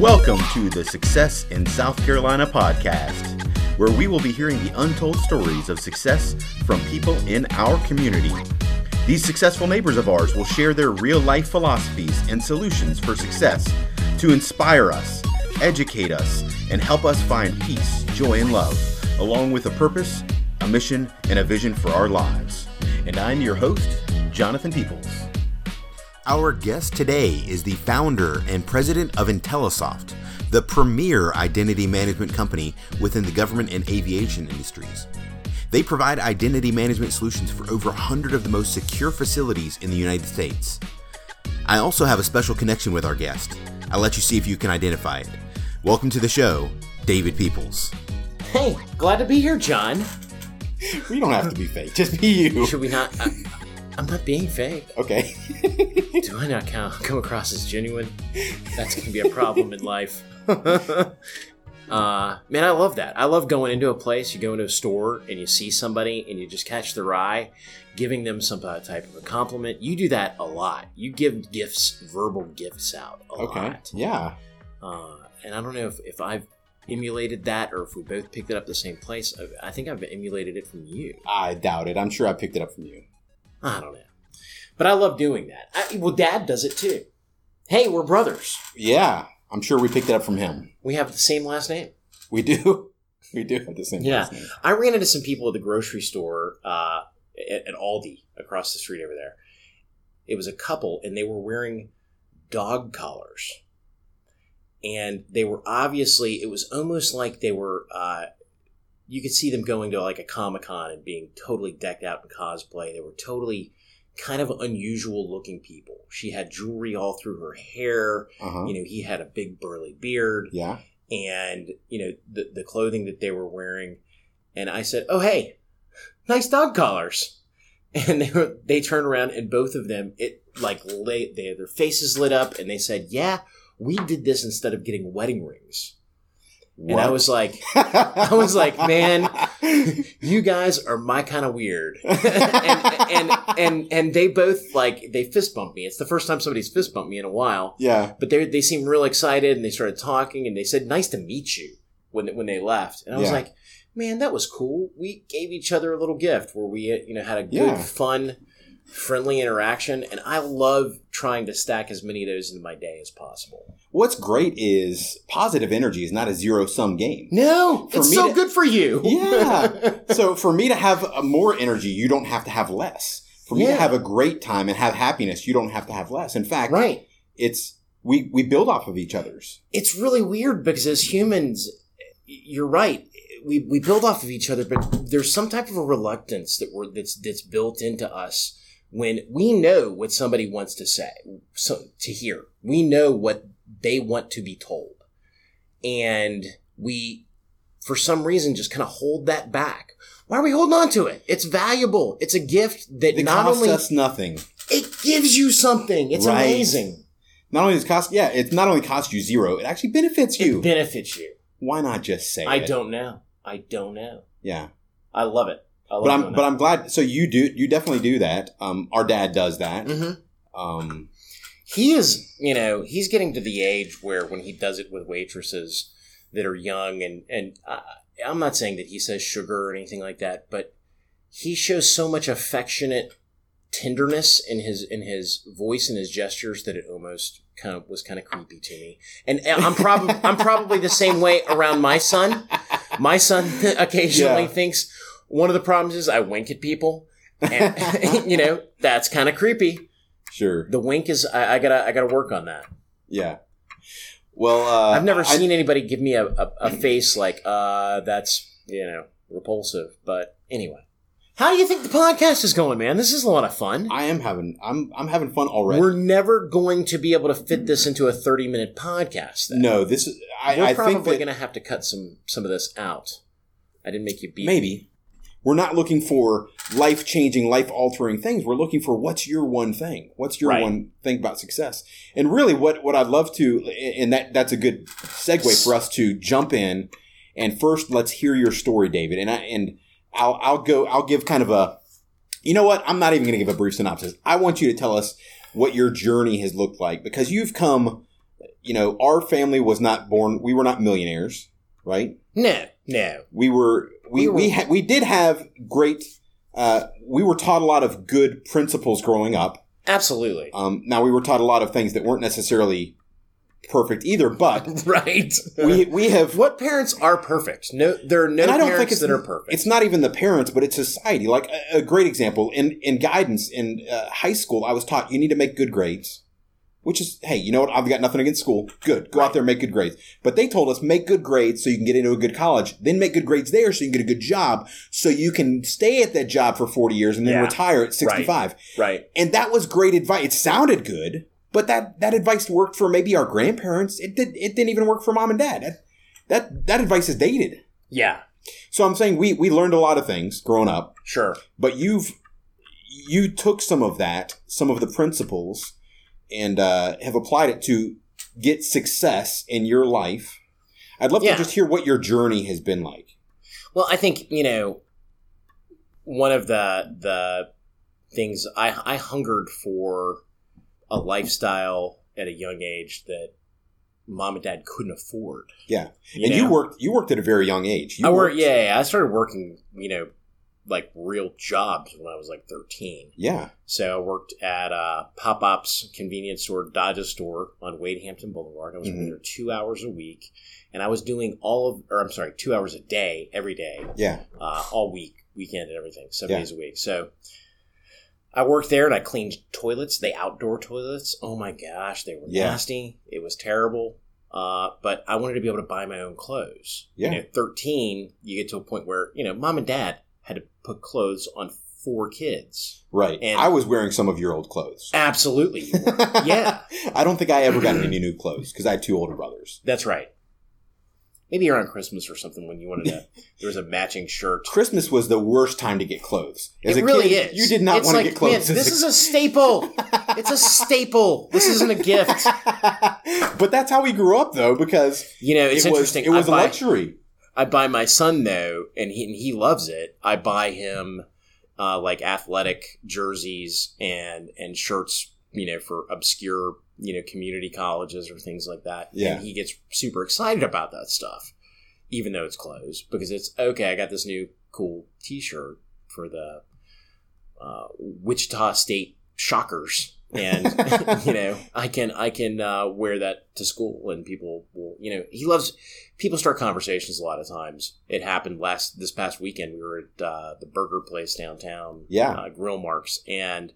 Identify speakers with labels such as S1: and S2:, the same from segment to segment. S1: Welcome to the Success in South Carolina podcast, where we will be hearing the untold stories of success from people in our community. These successful neighbors of ours will share their real life philosophies and solutions for success to inspire us, educate us, and help us find peace, joy, and love, along with a purpose, a mission, and a vision for our lives. And I'm your host, Jonathan Peoples. Our guest today is the founder and president of IntelliSoft, the premier identity management company within the government and aviation industries. They provide identity management solutions for over 100 of the most secure facilities in the United States. I also have a special connection with our guest. I'll let you see if you can identify it. Welcome to the show, David Peoples.
S2: Hey, glad to be here, John.
S1: You don't have to be fake, just be you.
S2: Should we not? I, I'm not being fake.
S1: Okay.
S2: Do I not count, come across as genuine? That's gonna be a problem in life. Uh, man, I love that. I love going into a place. You go into a store and you see somebody and you just catch their eye, giving them some uh, type of a compliment. You do that a lot. You give gifts, verbal gifts out a
S1: Okay.
S2: lot.
S1: Yeah.
S2: Uh, and I don't know if, if I've emulated that or if we both picked it up the same place. I, I think I've emulated it from you.
S1: I doubt it. I'm sure I picked it up from you.
S2: I don't know. But I love doing that. I, well, dad does it too. Hey, we're brothers.
S1: Yeah. I'm sure we picked it up from him.
S2: We have the same last name.
S1: We do. We do have the same
S2: Yeah.
S1: last name.
S2: I ran into some people at the grocery store uh, at, at Aldi across the street over there. It was a couple, and they were wearing dog collars. And they were obviously, it was almost like they were, uh, you could see them going to like a Comic Con and being totally decked out in cosplay. They were totally kind of unusual looking people. She had jewelry all through her hair.
S1: Uh-huh.
S2: You know, he had a big burly beard
S1: Yeah.
S2: and you know the the clothing that they were wearing and i said oh hey nice dog collars and they were, they turned around and both of them it like lay, they, their faces lit up and they said yeah we did this instead of getting wedding rings and i
S1: What?
S2: was like I was like, man. you guys are my kind of weird and, and and and they both like they fist bumped me it's the first time somebody's fist bumped me in a while
S1: yeah.
S2: but they they seemed real excited and they started talking and they said nice to meet you when when they left and I was
S1: Yeah.
S2: like man that was cool we gave each other a little gift where we you know had a good
S1: Yeah.
S2: fun friendly interaction and I love trying to stack as many of those into my day as possible
S1: What's great is positive energy is not a zero sum game.
S2: no
S1: For
S2: it's
S1: me
S2: so
S1: to-
S2: good for you
S1: Yeah. so for me to have uh, more energy, you don't have to have less. For me to
S2: Yeah.
S1: have a great time and have happiness, you don't have to have less. In fact,
S2: right
S1: it's we we build off of each other's.
S2: it's really weird because as humans, you're right. We, we build off of each other, but there's some type of a reluctance that we're that's that's built into us when we know what somebody wants to say, so to hear. We know what they want to be told, and we, for some reason, just kind of hold that back. Why are we holding on to it? It's valuable. It's a gift that
S1: It
S2: not
S1: costs
S2: only
S1: us nothing.
S2: it gives you something. It's
S1: Right.
S2: amazing.
S1: Not only does it cost, yeah, it's not only costs you zero, it actually benefits you.
S2: It benefits you.
S1: Why not just say
S2: I
S1: it?
S2: don't know. I don't know.
S1: Yeah.
S2: I love it. I love
S1: but I'm
S2: doing
S1: but
S2: that.
S1: I'm glad. So you do you definitely do that. Um, our dad does that.
S2: Mhm.
S1: Um,
S2: He is, you know, he's getting to the age where when he does it with waitresses that are young, and and I, I'm not saying that he says sugar or anything like that, but he shows so much affectionate tenderness in his in his voice and his gestures that it almost kind of was kind of creepy to me. And I'm probably I'm probably the same way around my son. My son occasionally
S1: Yeah.
S2: thinks one of the problems is I wink at people, and you know that's kind of creepy.
S1: sure.
S2: The wink is I, I gotta I gotta work on that.
S1: Yeah. Well, uh,
S2: I've never
S1: I-
S2: seen anybody give me a, a, a face like uh that's you know repulsive. But anyway, how do you think the podcast is going, man? This is a lot of fun.
S1: I am having. I'm I'm having fun already.
S2: We're never going to be able to fit this into a thirty minute podcast. Then.
S1: no, this is. I,
S2: We're
S1: I
S2: probably
S1: think that
S2: gonna have to cut some some of this out. I didn't make you beat.
S1: maybe we're not looking for life changing, life altering things. We're looking for what's your one thing. What's your
S2: Right.
S1: one thing about success? And really, what what I'd love to, and that that's a good segue for us to jump in. And first, let's hear your story, David. And I and I'll I'll go. I'll give kind of a. You know what? I'm not even going to give a brief synopsis. I want you to tell us what your journey has looked like because you've come. You know, our family was not born. We were not millionaires, right?
S2: No, no.
S1: We were. We
S2: We
S1: we
S2: were-
S1: we, ha- we did have great. Uh, we were taught a lot of good principles growing up.
S2: Absolutely.
S1: Um, now we were taught a lot of things that weren't necessarily perfect either, but
S2: right.
S1: we we have
S2: what parents are perfect? No, there are no
S1: And I don't
S2: parents
S1: think it's-
S2: that are perfect.
S1: it's not even the parents, but it's society. Like a, a great example in in guidance in uh, high school, I was taught you need to make good grades, which is hey, you know what? I've got nothing against school. Good, go out there and make good grades. But they told us make good grades so you can get into a good college, then make good grades there so you can get a good job, so you can stay at that job for forty years and then
S2: Yeah.
S1: retire at sixty five.
S2: right.
S1: And that was great advice. It sounded good, but that that advice worked for maybe our grandparents. It did. It didn't even work for mom and dad. That that, that advice is dated.
S2: Yeah.
S1: So I'm saying we we learned a lot of things growing up,
S2: Sure.
S1: but you've you took some of that, some of the principles, and uh, have applied it to get success in your life. I'd love
S2: Yeah.
S1: to just hear what your journey has been like.
S2: Well, I think you know one of the the things I I hungered for a lifestyle at a young age that mom and dad couldn't afford.
S1: Yeah. and
S2: know?
S1: you worked you worked at a very young age. You
S2: I worked. Yeah, yeah, I started working. You know, like real jobs when I was like thirteen.
S1: yeah.
S2: So I worked at uh, Pop Ops convenience store, Dodge's store on Wade Hampton Boulevard. I was
S1: Mhm.
S2: working there two hours a week, and I was doing all of, or I'm sorry, two hours a day every day
S1: yeah,
S2: uh, all week, weekend and everything, seven
S1: Yeah.
S2: days a week. So I worked there and I cleaned toilets, the outdoor toilets. Oh my gosh, they were
S1: Yeah.
S2: nasty. It was terrible. Uh, but I wanted to be able to buy my own clothes.
S1: Yeah.
S2: And at 13, you get to a point where, you know, mom and dad had to put clothes on four kids.
S1: right.
S2: And-
S1: I was wearing some of your old clothes.
S2: Absolutely. you were. Yeah.
S1: I don't think I ever got any new clothes because I had two older brothers.
S2: That's right. Maybe around Christmas or something when you wanted to, there was a matching shirt.
S1: Christmas was the worst time to get clothes. As
S2: it
S1: a
S2: really
S1: kid,
S2: is.
S1: You did not
S2: It's
S1: want
S2: like,
S1: to get clothes.
S2: Man,
S1: as
S2: this
S1: a
S2: is a staple. it's a staple. This isn't a gift.
S1: but that's how we grew up, though, because
S2: You know, it's
S1: it was
S2: interesting.
S1: it was a
S2: I, buy,
S1: luxury.
S2: I buy my son though, and he and he loves it. I buy him uh, like athletic jerseys and and shirts, you know, for obscure you know community colleges or things like that.
S1: Yeah.
S2: and he gets super excited about that stuff, even though it's clothes, because it's okay. I got this new cool T-shirt for the uh, Wichita State Shockers, and you know i can i can uh, wear that to school and people will you know he loves people start conversations a lot of times it happened last this past weekend we were at uh, the burger place downtown
S1: Yeah.
S2: uh, grill marks and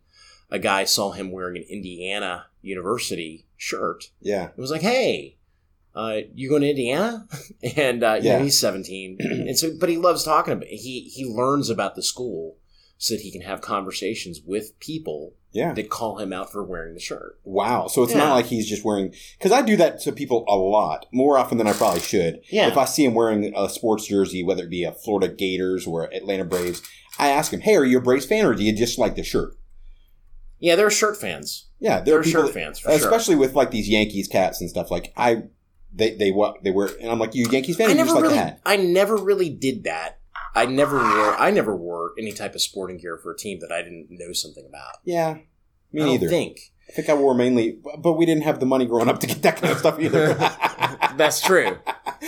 S2: a guy saw him wearing an indiana university shirt
S1: Yeah,
S2: it was like hey uh, you going to Indiana? And uh, you know,
S1: Yeah.
S2: he's seventeen, and so but he loves talking about. He he learns about the school so that he can have conversations with people
S1: yeah.
S2: that call him out for wearing the shirt.
S1: Wow. So it's not
S2: Yeah.
S1: like he's just wearing because I do that to people a lot more often than I probably should.
S2: Yeah.
S1: If I see him wearing a sports jersey, whether it be a Florida Gators or Atlanta Braves, I ask him, "Hey, are you a Braves fan or do you just like the shirt?"
S2: yeah, they're shirt fans.
S1: Yeah, there
S2: They're
S1: are people,
S2: shirt
S1: that-
S2: fans for sure.
S1: especially with like these Yankees caps and stuff. Like I, they they what they wear, and I'm like, "You Yankees fan? Or
S2: I
S1: you just
S2: never
S1: like
S2: really,
S1: the hat?"
S2: I never really did that. I never wore, I never wore any type of sporting gear for a team that I didn't know something about.
S1: Yeah, me
S2: I don't
S1: neither.
S2: think
S1: I think I wore mainly, but we didn't have the money growing up to get that kind of stuff either.
S2: that's true.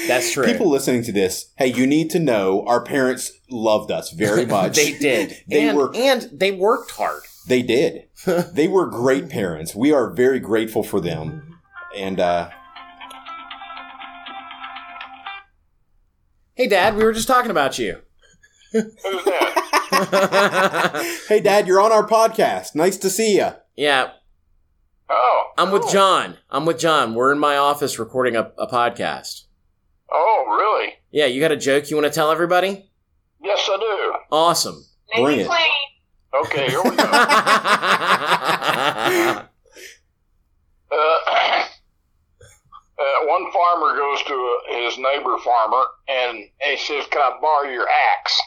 S2: That's true.
S1: People listening to this, hey, you need to know our parents loved us very much.
S2: they did.
S1: They
S2: and,
S1: were-
S2: and they worked hard.
S1: They did. they were great parents. We are very grateful for them. And uh,
S2: Hey, Dad, we were just talking about you.
S3: Who's that?
S1: hey, Dad, you're on our podcast. Nice to see you.
S2: yeah,
S3: Oh.
S2: I'm with
S3: cool.
S2: John. I'm with John. We're in my office recording a, a podcast.
S3: Oh, really?
S2: Yeah, you got a joke you want to tell everybody?
S3: Yes, I do.
S2: Awesome.
S1: Bring it.
S3: Okay, here we go. uh, uh, one farmer goes to uh his neighbor farmer and he says, Can I borrow your axe?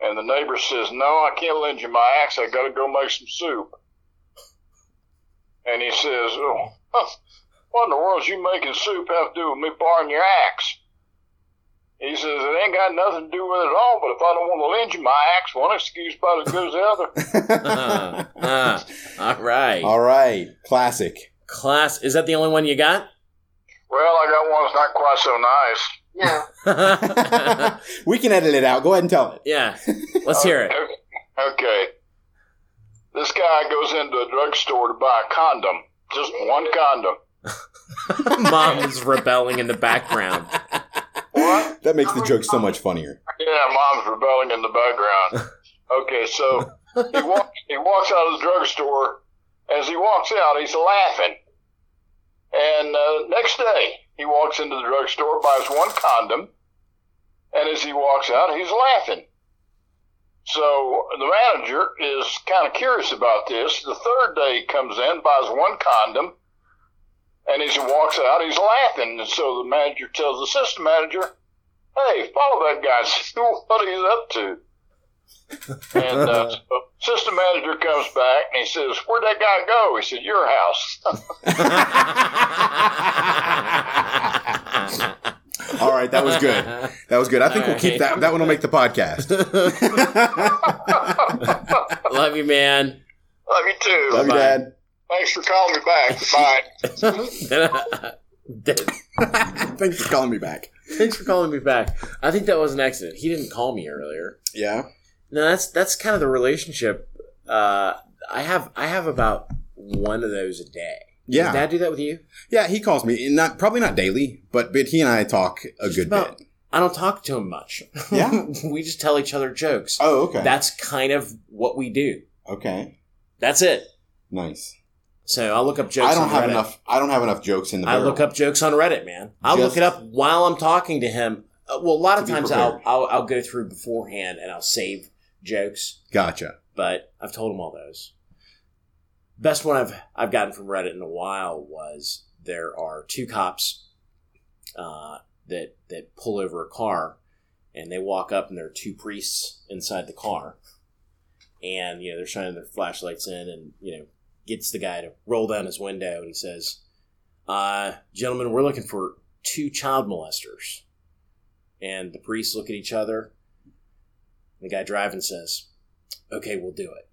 S3: And the neighbor says, No, I can't lend you my axe. I got to go make some soup. And he says, oh, huh, What in the world is you making soup have to do with me borrowing your axe? He says, It ain't got nothing to do with it at all, but if I don't want to lend you my axe, one excuse about as good as the other.
S2: Uh, uh, all right.
S1: All right. Classic.
S2: Class, is that the only one you got?
S3: Well, I got one that's not quite so nice.
S4: No.
S1: we can edit it out. Go ahead and tell it.
S2: yeah. Let's hear it.
S3: Oh, Okay. This guy goes into a drugstore to buy a condom, just one condom.
S2: Mom's rebelling in the background.
S3: What?
S1: That makes the joke so much funnier.
S3: Yeah, mom's rebelling in the background. Okay, so he walks he walks out of the drugstore. As he walks out, he's laughing. And uh, next day, he walks into the drugstore, buys one condom, and as he walks out, he's laughing. So the manager is kind of curious about this. The third day, he comes in, buys one condom, and as he walks out, he's laughing. And so the manager tells the system manager, hey, follow that guy, see what he's up to. And uh, so system manager comes back and he says, Where'd that guy go? He said, Your house.
S1: All right, that was good. That was good. I think
S2: All
S1: we'll keep
S2: right.
S1: that. That one will make the podcast.
S2: Love you, man.
S3: Love you too.
S1: Love you,
S2: Bye.
S1: Dad.
S3: Thanks for calling me back. Bye.
S2: Thanks
S1: Thanks for calling me back.
S2: for calling me back. I think that was an accident. He didn't call me earlier.
S1: Yeah.
S2: No, that's that's kind of the relationship. Uh, I have I have about one of those a day.
S1: Yeah.
S2: Does Dad do that with you?
S1: yeah, he calls me. Not probably not daily, but but he and I talk a
S2: Just
S1: good
S2: about-
S1: bit.
S2: I don't talk to him much.
S1: Yeah.
S2: we just tell each other jokes.
S1: Oh, okay.
S2: That's kind of what we do.
S1: okay.
S2: That's it.
S1: Nice.
S2: So I'll look up jokes.
S1: I don't
S2: on
S1: have
S2: Reddit.
S1: enough I don't have enough jokes in the
S2: I
S1: barrel.
S2: look up jokes on Reddit, man. I'll
S1: Just-
S2: look it up while I'm talking to him. Uh, well, a lot of
S1: To be
S2: times
S1: prepared.
S2: I'll, I'll I'll go through beforehand and I'll save jokes,
S1: Gotcha.
S2: but I've told him all those. Best one I've I've gotten from Reddit in a while was there are two cops uh, that that pull over a car, and they walk up and there are two priests inside the car, and you know they're shining their flashlights in, and you know gets the guy to roll down his window, and he says uh, gentlemen, we're looking for two child molesters. And the priests look at each other. The guy driving says, okay, we'll do it.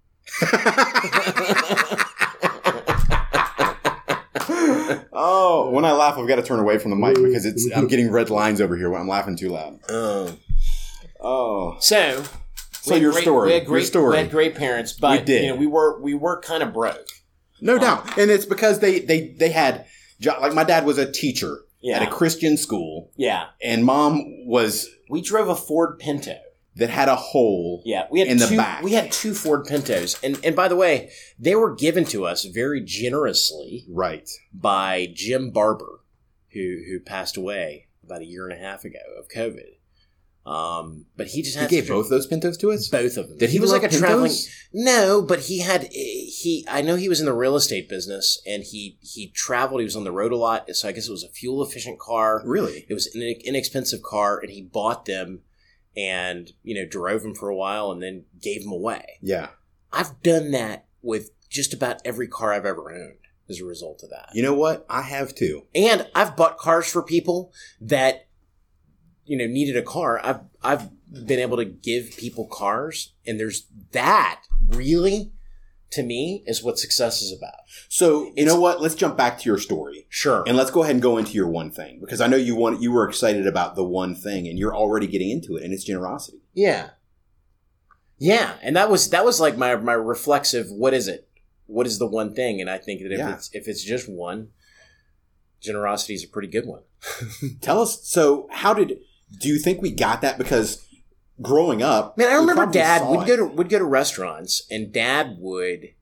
S1: oh, when I laugh, I've got to turn away from the mic because it's I'm getting red lines over here when I'm laughing too loud.
S2: Oh.
S1: Oh,
S2: So,
S1: Um, So
S2: we had
S1: your story,
S2: we had
S1: your
S2: great,
S1: story.
S2: we had great parents, but
S1: We did.
S2: you know, we were we were kind of broke.
S1: no doubt, and it's because they they they had jo- like my dad was a teacher
S2: Yeah,
S1: at a Christian school,
S2: yeah.
S1: and mom was
S2: We drove a Ford Pinto.
S1: that had a hole.
S2: Yeah, we had
S1: In the
S2: two,
S1: back.
S2: We had two Ford Pintos, and and by the way, they were given to us very generously
S1: Right.
S2: by Jim Barber, who who passed away about a year and a half ago of COVID. Um, but he just
S1: He
S2: had
S1: gave
S2: such a-
S1: both those pintos to us.
S2: both of them.
S1: Did
S2: he, was
S1: love
S2: like a
S1: Pintos?
S2: traveling no, but he had he I know he was in the real estate business and he he traveled. He was on the road a lot, so I guess it was a fuel efficient car.
S1: Really?
S2: It was an inexpensive car, and he bought them and you know drove them for a while and then gave them away.
S1: Yeah.
S2: I've done that with just about every car I've ever owned as a result of that.
S1: You know what? I have too.
S2: And I've bought cars for people that you know needed a car. I've I've been able to give people cars, and there's that really to me is what success is about.
S1: So you know what? Let's jump back to your story.
S2: Sure.
S1: And let's go ahead and go into your one thing because I know you want you were excited about the one thing and you're already getting into it and it's generosity.
S2: yeah. Yeah, and that was that was like my my reflexive. What is it? What is the one thing? And I think that if
S1: Yeah.
S2: it's if it's just one, generosity is a pretty good one.
S1: Tell us. So how did do you think we got that? Because growing up,
S2: Man, I
S1: we
S2: remember
S1: probably
S2: Dad.
S1: saw
S2: We'd
S1: it.
S2: go to we'd go to restaurants, and Dad would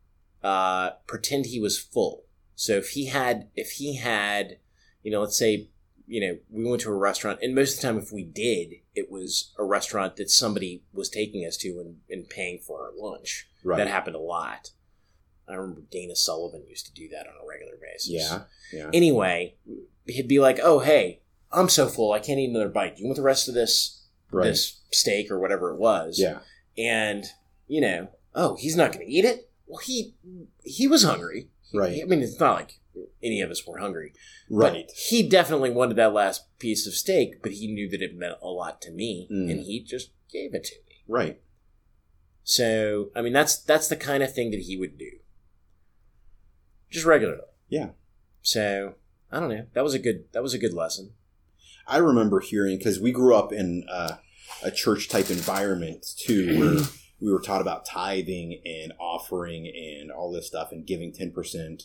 S2: uh, pretend he was full. So if he had if he had, you know, let's say you know we went to a restaurant, and most of the time, if we did, it was a restaurant that somebody was taking us to and, and paying for our lunch.
S1: right.
S2: That happened a lot. I remember Dana Sullivan used to do that on a regular basis.
S1: Yeah, yeah.
S2: Anyway, he'd be like, "Oh, hey, I'm so full, I can't eat another bite. Do you want the rest of this
S1: right.
S2: this steak or whatever it was?"
S1: yeah.
S2: and you know, oh, he's not going to eat it. Well, he he was hungry.
S1: Right.
S2: I mean, it's not like any of us were hungry. But
S1: Right.
S2: he definitely wanted that last piece of steak, but he knew that it meant a lot to me,
S1: Mm.
S2: and he just gave it to me.
S1: Right.
S2: So I mean, that's that's the kind of thing that he would do, just regularly.
S1: Yeah.
S2: So I don't know. That was a good. That was a good lesson.
S1: I remember hearing because we grew up in uh, a church type environment too, where we were taught about tithing and offering and all this stuff and giving ten percent.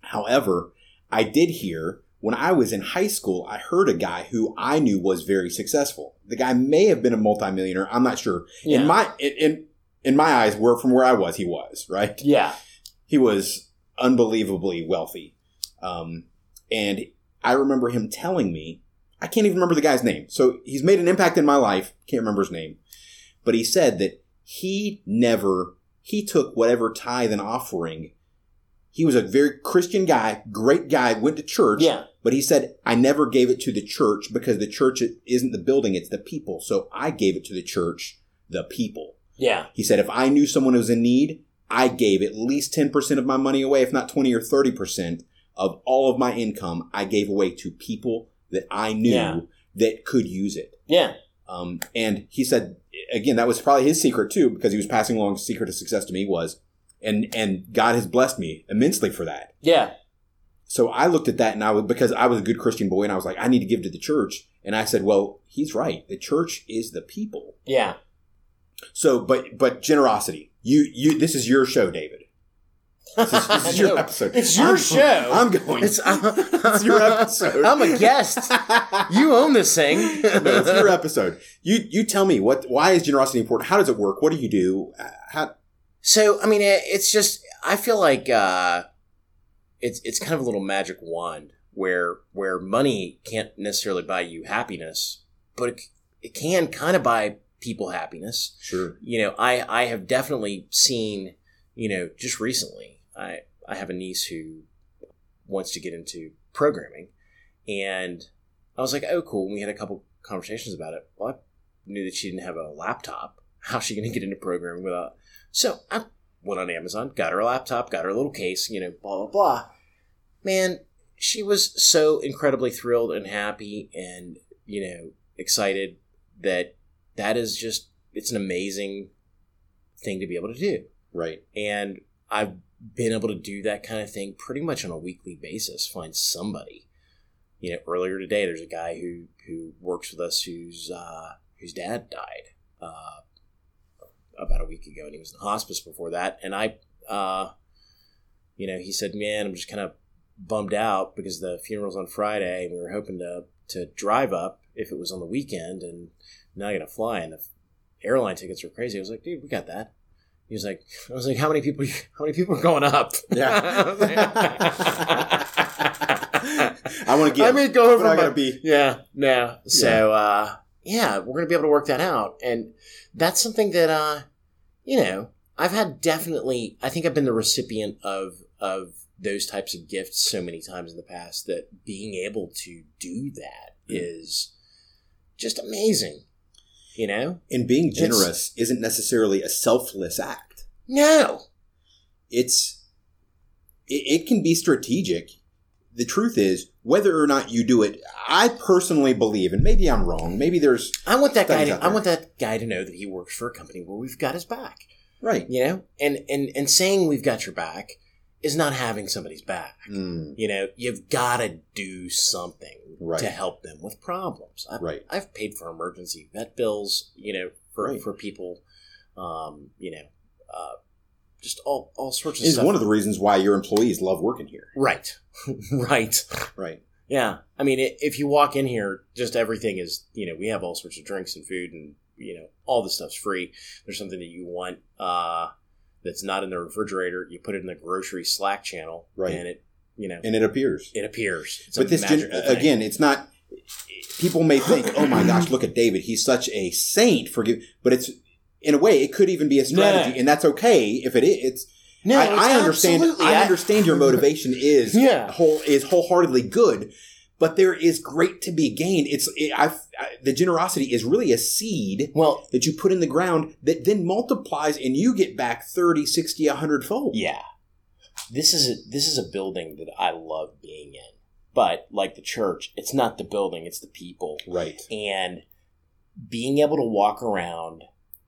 S1: However, I did hear when I was in high school, I heard a guy who I knew was very successful. The guy may have been a multimillionaire. I'm not sure. In my in, in in my eyes, where from where I was, he was right
S2: yeah.
S1: he was unbelievably wealthy. Um, and I remember him telling me, I can't even remember the guy's name. So he's made an impact in my life. Can't remember his name. But he said that he never, he took whatever tithe and offering. He was a very Christian guy, great guy, went to church.
S2: Yeah.
S1: But he said, I never gave it to the church because the church isn't the building, it's the people. So I gave it to the church, the people.
S2: Yeah.
S1: He said, if I knew someone who was in need, I gave at least 10% of my money away, if not 20 or 30% of all of my income, I gave away to people that I knew
S2: Yeah.
S1: that could use it.
S2: Yeah.
S1: Um, and he said, again, that was probably his secret too, because he was passing along his secret of success to me was, and, and God has blessed me immensely for that.
S2: Yeah.
S1: So I looked at that and I was, because I was a good Christian boy and I was like, I need to give to the church. And I said, well, he's right. The church is the people.
S2: Yeah.
S1: So, but but generosity. You you. This is your show, David. This is, this is your episode.
S2: It's your
S1: I'm-
S2: show.
S1: I'm going.
S2: It's,
S1: It's, your episode.
S2: I'm a guest. You own this thing.
S1: No, it's your episode. You you tell me what. Why is generosity important? How does it work? What do you do? Uh, How,
S2: So I mean, it, it's just I feel like uh, it's it's kind of a little magic wand where where money can't necessarily buy you happiness, but it, it can kind of buy people happiness.
S1: sure.
S2: You know, I I have definitely seen you know just recently I I have a niece who wants to get into programming, and I was like, oh cool. And we had a couple conversations about it. Well, I knew that she didn't have a laptop. How's she going to get into programming without so I went on Amazon, got her a laptop, got her a little case, you know, blah, blah, blah. Man, she was so incredibly thrilled and happy and, you know, excited that that is just, it's an amazing thing to be able to do.
S1: Right.
S2: And I've been able to do that kind of thing pretty much on a weekly basis, find somebody. You know, earlier today, there's a guy who, who works with us whose, uh, whose dad died. Uh, about a week ago and he was in hospice before that and i uh you know he said man i'm just kind of bummed out because the funeral's on friday and we were hoping to to drive up if it was on the weekend and now i gotta fly and the airline tickets are crazy i was like dude we got that he was like i was like how many people how many people are going up
S1: Yeah. I want to give.
S2: i mean go over
S1: but I
S2: my-
S1: gotta be.
S2: yeah, no. So uh yeah, we're gonna be able to work that out. And that's something that uh you know, I've had definitely I think I've been the recipient of of those types of gifts so many times in the past that being able to do that is
S1: Mm.
S2: just amazing. You know?
S1: And being generous isn't necessarily a selfless act.
S2: No.
S1: It's it, it can be strategic. The truth is, whether or not you do it, I personally believe, and maybe I'm wrong. Maybe there's
S2: I want that guy
S1: Studies
S2: to,
S1: out
S2: I
S1: there.
S2: want that guy to know that he works for a company where we've got his back.
S1: right.
S2: You know? And and and saying we've got your back is not having somebody's back.
S1: Mm,
S2: You know, you've got to do something
S1: Right.
S2: to help them with problems. I've,
S1: right.
S2: I've paid for emergency vet bills, you know, for,
S1: Right.
S2: for people, um, you know, uh, just all, all sorts of
S1: Is
S2: stuff.
S1: one of the reasons why your employees love working here.
S2: right. right.
S1: Right.
S2: Yeah. I mean, i if you walk in here, just everything is, you know, we have all sorts of drinks and food and, you know, all this stuff's free. There's something that you want uh, that's not in the refrigerator. You put it in the grocery Slack channel.
S1: Right.
S2: And it, you know,
S1: And it appears.
S2: it appears. It's a
S1: but this gen-
S2: magical thing.
S1: again, it's not people may think, "Oh my gosh, look at David. He's such a saint." Forgive, but it's in a way it could even be a strategy
S2: Yeah.
S1: and that's okay if it is. It's,
S2: No,
S1: I,
S2: it's
S1: I understand
S2: absolutely-
S1: I understand your motivation is
S2: Yeah.
S1: whole is wholeheartedly good, but there is great to be gained. It's it, I, I the generosity is really a seed
S2: Well,
S1: that you put in the ground that then multiplies and you get back 30, 60, 100 fold.
S2: yeah. this is a, this is a building that I love being in. But like the church, it's not the building, it's the people.
S1: Right.
S2: And being able to walk around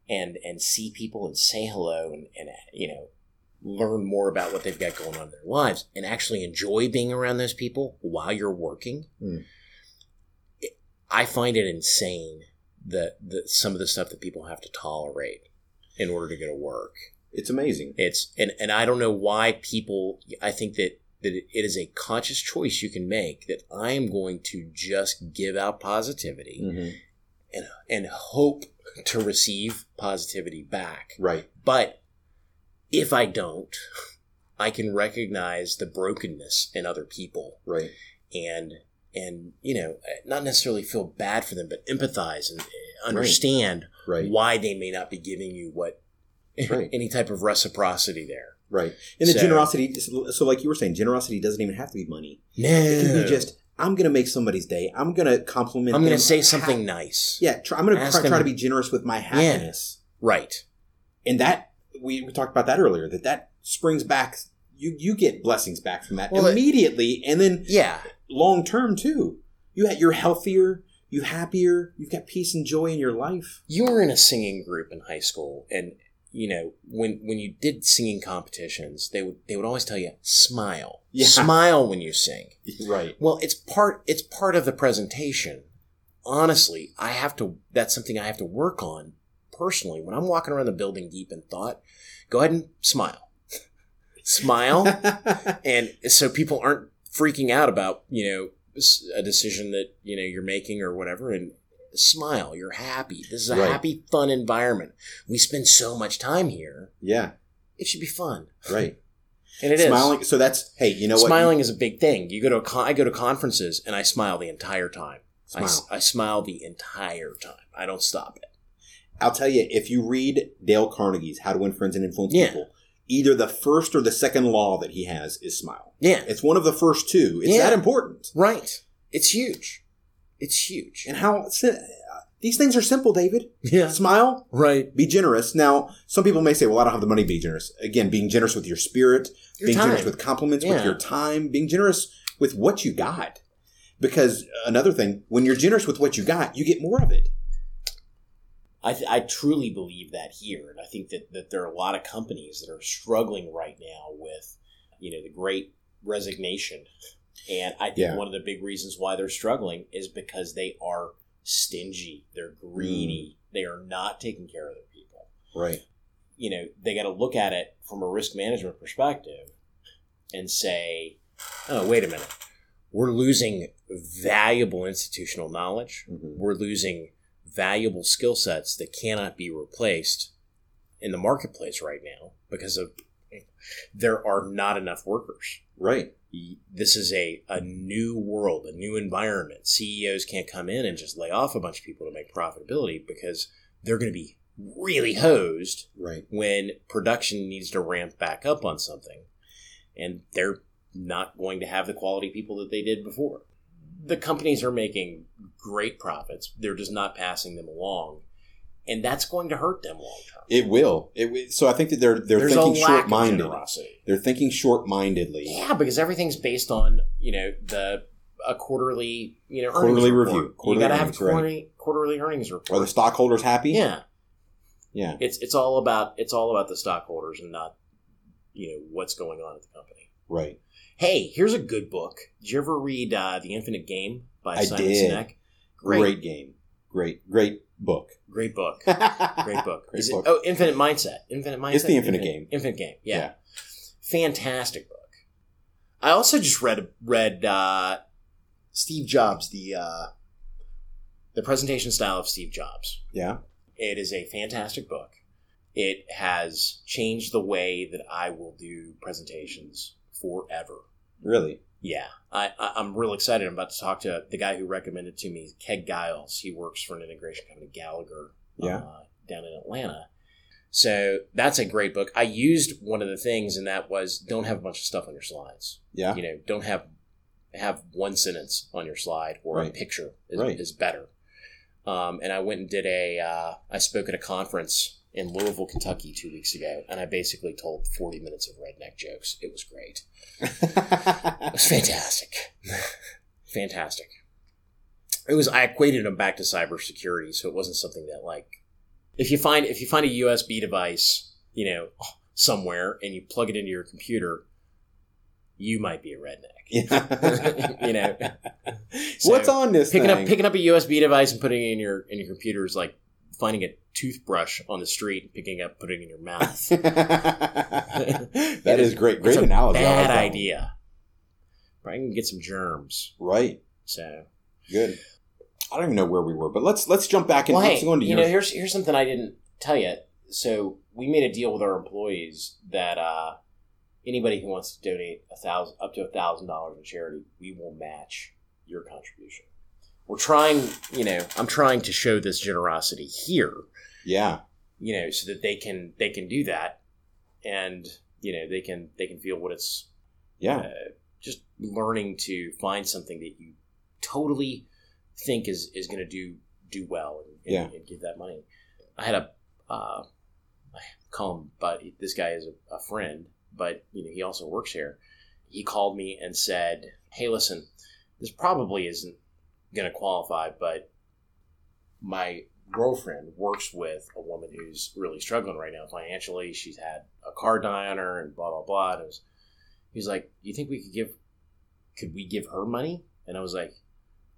S2: and and see people and say hello and, and you know learn more about what they've got going on in their lives and actually enjoy being around those people while you're working.
S1: Mm.
S2: It- I find it insane that, that some of the stuff that people have to tolerate in order to go to work.
S1: It's amazing.
S2: It's and and I don't know why people. I think that that it is a conscious choice you can make that I am going to just give out positivity
S1: Mm-hmm.
S2: and and hope to receive positivity back.
S1: Right.
S2: But if I don't, I can recognize the brokenness in other people
S1: Right.
S2: and and you know not necessarily feel bad for them, but empathize and understand
S1: Right.
S2: why they may not be giving you what
S1: Right.
S2: any type of reciprocity there.
S1: Right. And the
S2: So-
S1: generosity. So, like you were saying, generosity doesn't even have to be money.
S2: No,
S1: It can be just I'm gonna make somebody's day. I'm gonna compliment.
S2: I'm going
S1: them.
S2: to say something nice.
S1: Yeah, try, I'm gonna
S2: Ask
S1: try,
S2: them-
S1: try to be generous with my happiness.
S2: Right.
S1: And that we, we talked about that earlier. That that springs back. You you get blessings back from that
S2: Well, it-
S1: immediately, and then
S2: Yeah.
S1: long term too. You ha- you're healthier. You happier. You've got peace and joy in your life.
S2: you were in a singing group in high school and you know when when you did singing competitions they would they would always tell you smile
S1: Yeah.
S2: smile when you sing
S1: Right.
S2: well it's part it's part of the presentation honestly i have to that's something i have to work on personally when i'm walking around the building deep in thought go ahead and smile smile and so people aren't freaking out about you know s- a decision that you know you're making or whatever and smile you're happy this is a
S1: Right.
S2: happy fun environment we spend so much time here
S1: yeah.
S2: it should be fun
S1: Right.
S2: and it is
S1: Smiling. So that's hey. You know what?
S2: smiling is a big thing you go to a con- i go to conferences and i smile the entire time I,
S1: Smile.
S2: s- I smile the entire time i don't stop it
S1: I'll tell you, if you read Dale Carnegie's How to Win Friends and Influence
S2: Yeah.
S1: People, either the first or the second law that he has is smile.
S2: yeah
S1: It's one of the first two. It's
S2: Yeah.
S1: that important.
S2: right it's huge it's huge
S1: And how si- these things are simple, David.
S2: yeah
S1: Smile,
S2: right
S1: be generous. Now, some people may say, well, I don't have the money to be generous. Again, being generous with your spirit,
S2: Your
S1: being
S2: time.
S1: generous with compliments,
S2: Yeah.
S1: with your time, being generous with what you got. Because another thing, when you're generous with what you got, you get more of it.
S2: I, th- I truly believe that here, and I think that, that there are a lot of companies that are struggling right now with, you know, the Great Resignation, and I think
S1: Yeah.
S2: one of the big reasons why they're struggling is because they are stingy, they're greedy, they are not taking care of their people.
S1: Right.
S2: You know, they got to look at it from a risk management perspective, and say, oh, wait a minute, we're losing valuable institutional knowledge
S1: Mm-hmm.
S2: we're losing valuable skill sets that cannot be replaced in the marketplace right now because of there are not enough workers.
S1: Right.
S2: This is a, a new world, a new environment. CEOs can't come in and just lay off a bunch of people to make profitability because they're going to be really hosed
S1: Right.
S2: when production needs to ramp back up on something and they're not going to have the quality people that they did before. The companies are making great profits, they're just not passing them along, and that's going to hurt them long term.
S1: It will. It, wi- so I think that they're they're
S2: There's a
S1: thinking
S2: lack
S1: short
S2: of
S1: minded.
S2: generosity.
S1: They're thinking short mindedly.
S2: Yeah, because everything's based on, you know, the a quarterly, you know, earnings
S1: Quarterly
S2: report.
S1: review.
S2: you
S1: Quarterly
S2: got to have
S1: earnings, right.
S2: quarterly, quarterly earnings report.
S1: Are the stockholders happy?
S2: yeah.
S1: Yeah.
S2: It's it's all about it's all about the stockholders and not you know what's going on at the company.
S1: Right.
S2: Hey, here's a good book. Did you ever read uh, The Infinite Game by
S1: I
S2: Simon
S1: did.
S2: Sinek?
S1: Great.
S2: Great,
S1: game. Great. Great book.
S2: great book. Great
S1: Great
S2: book.
S1: Great
S2: Is it-
S1: book.
S2: oh, Infinite Mindset. Infinite Mindset.
S1: It's The Infinite Game.
S2: Infinite Game. Yeah.
S1: Yeah.
S2: Fantastic book. I also just read read uh, Steve Jobs the uh, the presentation style of Steve Jobs.
S1: Yeah.
S2: It is a fantastic book. It has changed the way that I will do presentations forever.
S1: Really.
S2: Yeah, I, I, I'm real excited. I'm about to talk to the guy who recommended to me, Keg Giles. He works for an integration company, Gallagher,
S1: Yeah.
S2: uh, down in Atlanta. So that's a great book. I used one of the things, and that was don't have a bunch of stuff on your slides.
S1: Yeah.
S2: You know, don't have have one sentence on your slide or a
S1: Right.
S2: picture is,
S1: Right.
S2: is better. Um, and I went and did a. Uh, I spoke at a conference in Louisville, Kentucky, two weeks ago, and I basically told 40 minutes of redneck jokes. It was great. It was fantastic. fantastic. It was. I equated them back to cybersecurity, so it wasn't something that like if you find if you find a USB device, you know, somewhere, and you plug it into your computer, you might be a redneck.
S1: Yeah.
S2: you know,
S1: What's
S2: So-
S1: on this
S2: picking
S1: thing?
S2: up picking up a USB device and putting it in your in your computer is like finding a toothbrush on the street and picking up putting it in your mouth.
S1: that
S2: It
S1: is great. Great
S2: it's
S1: analogy.
S2: A
S1: I like
S2: bad
S1: that one.
S2: idea. But I can get some germs.
S1: Right.
S2: So
S1: Good. I don't even know where we were, but let's let's jump back and
S2: well,
S1: let's
S2: hey,
S1: go into
S2: you
S1: your.
S2: know, here's here's something I didn't tell you. So we made a deal with our employees that uh, anybody who wants to donate a thousand up to a thousand dollars to charity, we will match your contribution. We're trying, you know, I'm trying to show this generosity here.
S1: yeah.
S2: you know so that they can they can do that and you know they can they can feel what it's
S1: Yeah.
S2: uh, just learning to find something that you totally think is is going to do do well and, and, and give that money i had a uh, i call him but this guy is a, a friend but you know he also works here he called me and said hey listen this probably isn't going to qualify but my girlfriend works with a woman who's really struggling right now financially. She's had a car die on her and blah blah blah. And it was, he was like, "You think we could give? Could we give her money?" And I was like,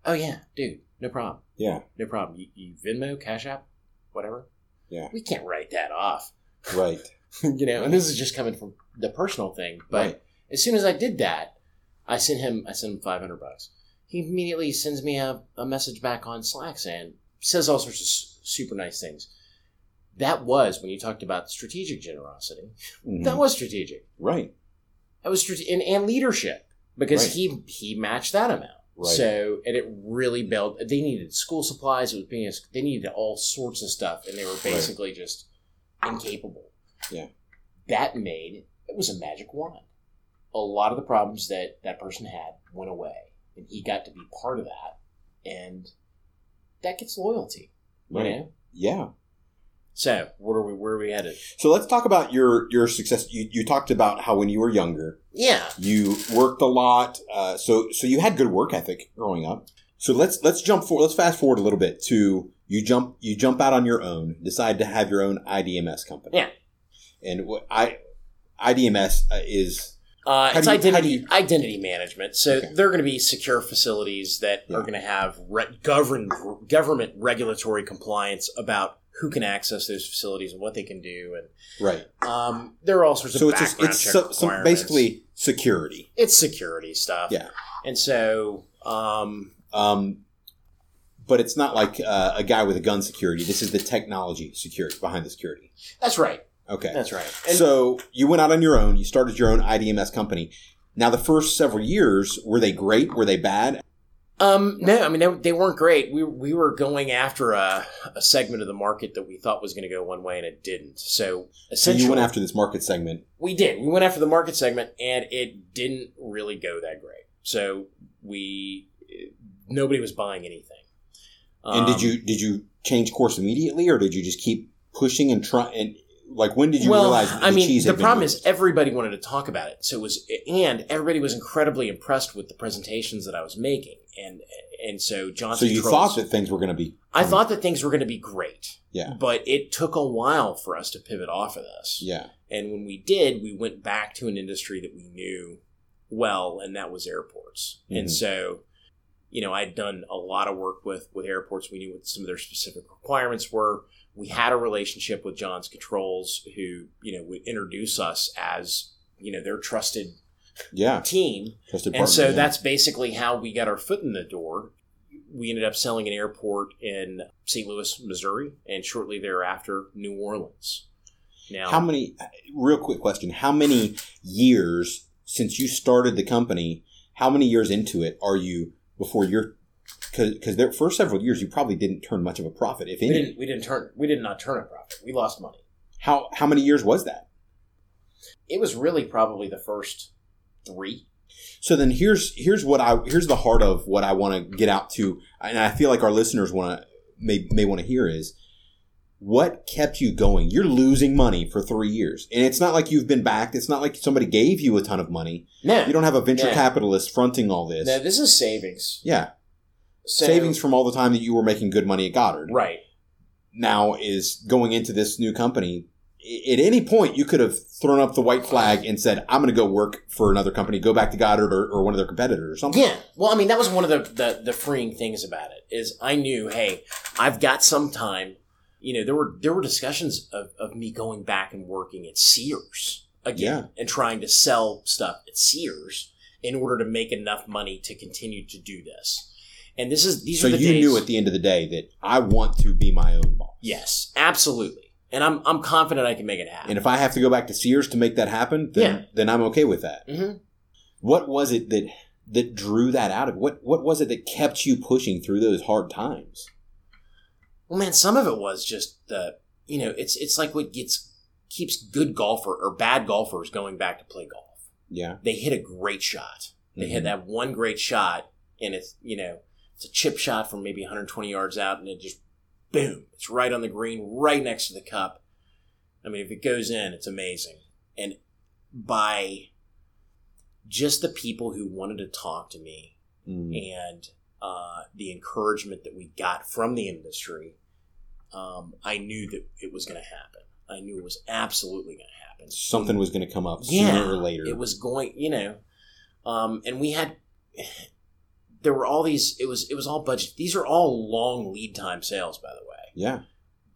S2: "Oh yeah, dude, no problem,
S1: Yeah.
S2: no problem. You, you Venmo, Cash App, whatever.
S1: Yeah.
S2: we can't write that off,
S1: Right.
S2: you know." And this is just coming from the personal thing, but
S1: right.
S2: as soon as I did that, I sent him I sent him five hundred bucks. He immediately sends me a, a message back on Slack saying says all sorts of s- super nice things. That was when you talked about strategic generosity.
S1: Mhm.
S2: That was strategic.
S1: right.
S2: That was strate- and, and leadership because
S1: Right.
S2: he he matched that amount.
S1: Right.
S2: So and it really built. They needed school supplies. It was being a- they needed all sorts of stuff, and they were basically just incapable.
S1: Yeah.
S2: that made it was a magic wand. A lot of the problems that that person had went away, and he got to be part of that, and that gets loyalty. You
S1: Right.
S2: know?
S1: Yeah.
S2: So what are we? Where are we headed?
S1: So let's talk about your your success. You, you talked about how when you were younger,
S2: Yeah.
S1: you worked a lot. Uh, so so you had good work ethic growing up. So let's let's jump forward. Let's fast forward a little bit to you jump you jump out on your own. Decide to have your own IDMS company.
S2: Yeah.
S1: And what I IDMS uh, is
S2: Uh,
S1: How
S2: it's
S1: do you- how do
S2: identity
S1: you-
S2: identity management. So
S1: Okay.
S2: they're going to be secure facilities that
S1: Yeah.
S2: are going to have re- govern government regulatory compliance about who can access those facilities and what they can do,
S1: right.
S2: and um, there are all sorts of
S1: So it's
S2: background
S1: just, it's
S2: check
S1: so, so
S2: requirements.
S1: basically security.
S2: it's security stuff.
S1: Yeah.
S2: and so um,
S1: Um, but it's not like uh, a guy with a gun security. This is the technology security behind the security.
S2: that's right.
S1: Okay.
S2: That's right. And
S1: so you went out on your own. You started your own IDMS company. Now, the first several years were they great? Were they bad?
S2: Um, no, I mean they, they weren't great. We we were going after a, a segment of the market that we thought was going to go one way and it didn't. So
S1: So
S2: essentially,
S1: you went after this market segment.
S2: we did. We went after the market segment, and it didn't really go that great. So we nobody was buying anything.
S1: And
S2: Um,
S1: did you did you change course immediately, or did you just keep pushing and try? And like, when did you
S2: well,
S1: realize? that
S2: I mean,
S1: cheese
S2: the
S1: had been
S2: problem
S1: used?
S2: is everybody wanted to talk about it. So it was, and everybody was incredibly impressed with the presentations that I was making, and and so
S1: so
S2: Johnson.
S1: you
S2: Trolls-
S1: thought that things were going to be
S2: I thought that things were going to be great.
S1: Yeah.
S2: But it took a while for us to pivot off of this.
S1: yeah
S2: And when we did, we went back to an industry that we knew well, and that was airports.
S1: Mhm.
S2: And so, you know, I'd done a lot of work with with airports. We knew what some of their specific requirements were. We had a relationship with John's Controls, who you know would introduce us as you know their trusted
S1: yeah
S2: team.
S1: trusted
S2: And
S1: partner,
S2: so
S1: yeah.
S2: that's basically how we got our foot in the door. We ended up selling an airport in St. Louis, Missouri, and shortly thereafter, New Orleans. Now,
S1: How many? Real quick question: How many years since you started the company? How many years into it are you before you're? Because the first several years, you probably didn't turn much of a profit, if
S2: we
S1: any.
S2: didn't we didn't turn we did not turn a profit. We lost money.
S1: How how many years was that?
S2: It was really probably the first three.
S1: So then here's here's what I here's the heart of what I want to get out to, and I feel like our listeners want to may may want to hear is what kept you going? You're losing money for three years, and it's not like you've been backed. It's not like somebody gave you a ton of money.
S2: No,
S1: You don't have a venture
S2: Yeah.
S1: capitalist fronting all this.
S2: no, this is savings.
S1: yeah,
S2: So-
S1: savings from all the time that you were making good money at Goddard.
S2: right?
S1: Now is going into this new company. I- At any point, you could have thrown up the white flag and said, "I'm going to go work for another company, go back to Goddard or, or one of their competitors or something."
S2: Yeah. Well, I mean, that was one of the, the the freeing things about it is I knew, hey, I've got some time. You know, there were there were discussions of, of me going back and working at Sears again and trying to sell stuff at Sears in order to make enough money to continue to do this. And this is these
S1: So
S2: are the
S1: you
S2: days-
S1: knew at the end of the day that I want to be my own boss.
S2: yes, absolutely, and I'm I'm confident I can make it happen.
S1: And if I have to go back to Sears to make that happen, then,
S2: Yeah.
S1: then I'm okay with that.
S2: Mhm.
S1: What was it that that drew that out of what what was it that kept you pushing through those hard times?
S2: Well, man, some of it was just the you know it's it's like what gets keeps good golfer or bad golfers going back to play golf.
S1: Yeah.
S2: They hit a great shot. They hit
S1: Mhm.
S2: that one great shot, and it's you know it's a chip shot from maybe 120 yards out, and it just boom, it's right on the green, right next to the cup. I mean, if it goes in, it's amazing. And by just the people who wanted to talk to me
S1: Mm.
S2: and uh, the encouragement that we got from the industry, um, I knew that it was going to happen. I knew it was absolutely going to happen.
S1: Something was going to come up
S2: Yeah.
S1: sooner or later.
S2: It was going, you know, um, and we had. There were all these. It was it was all budget. These are all long lead time sales, by the way
S1: yeah.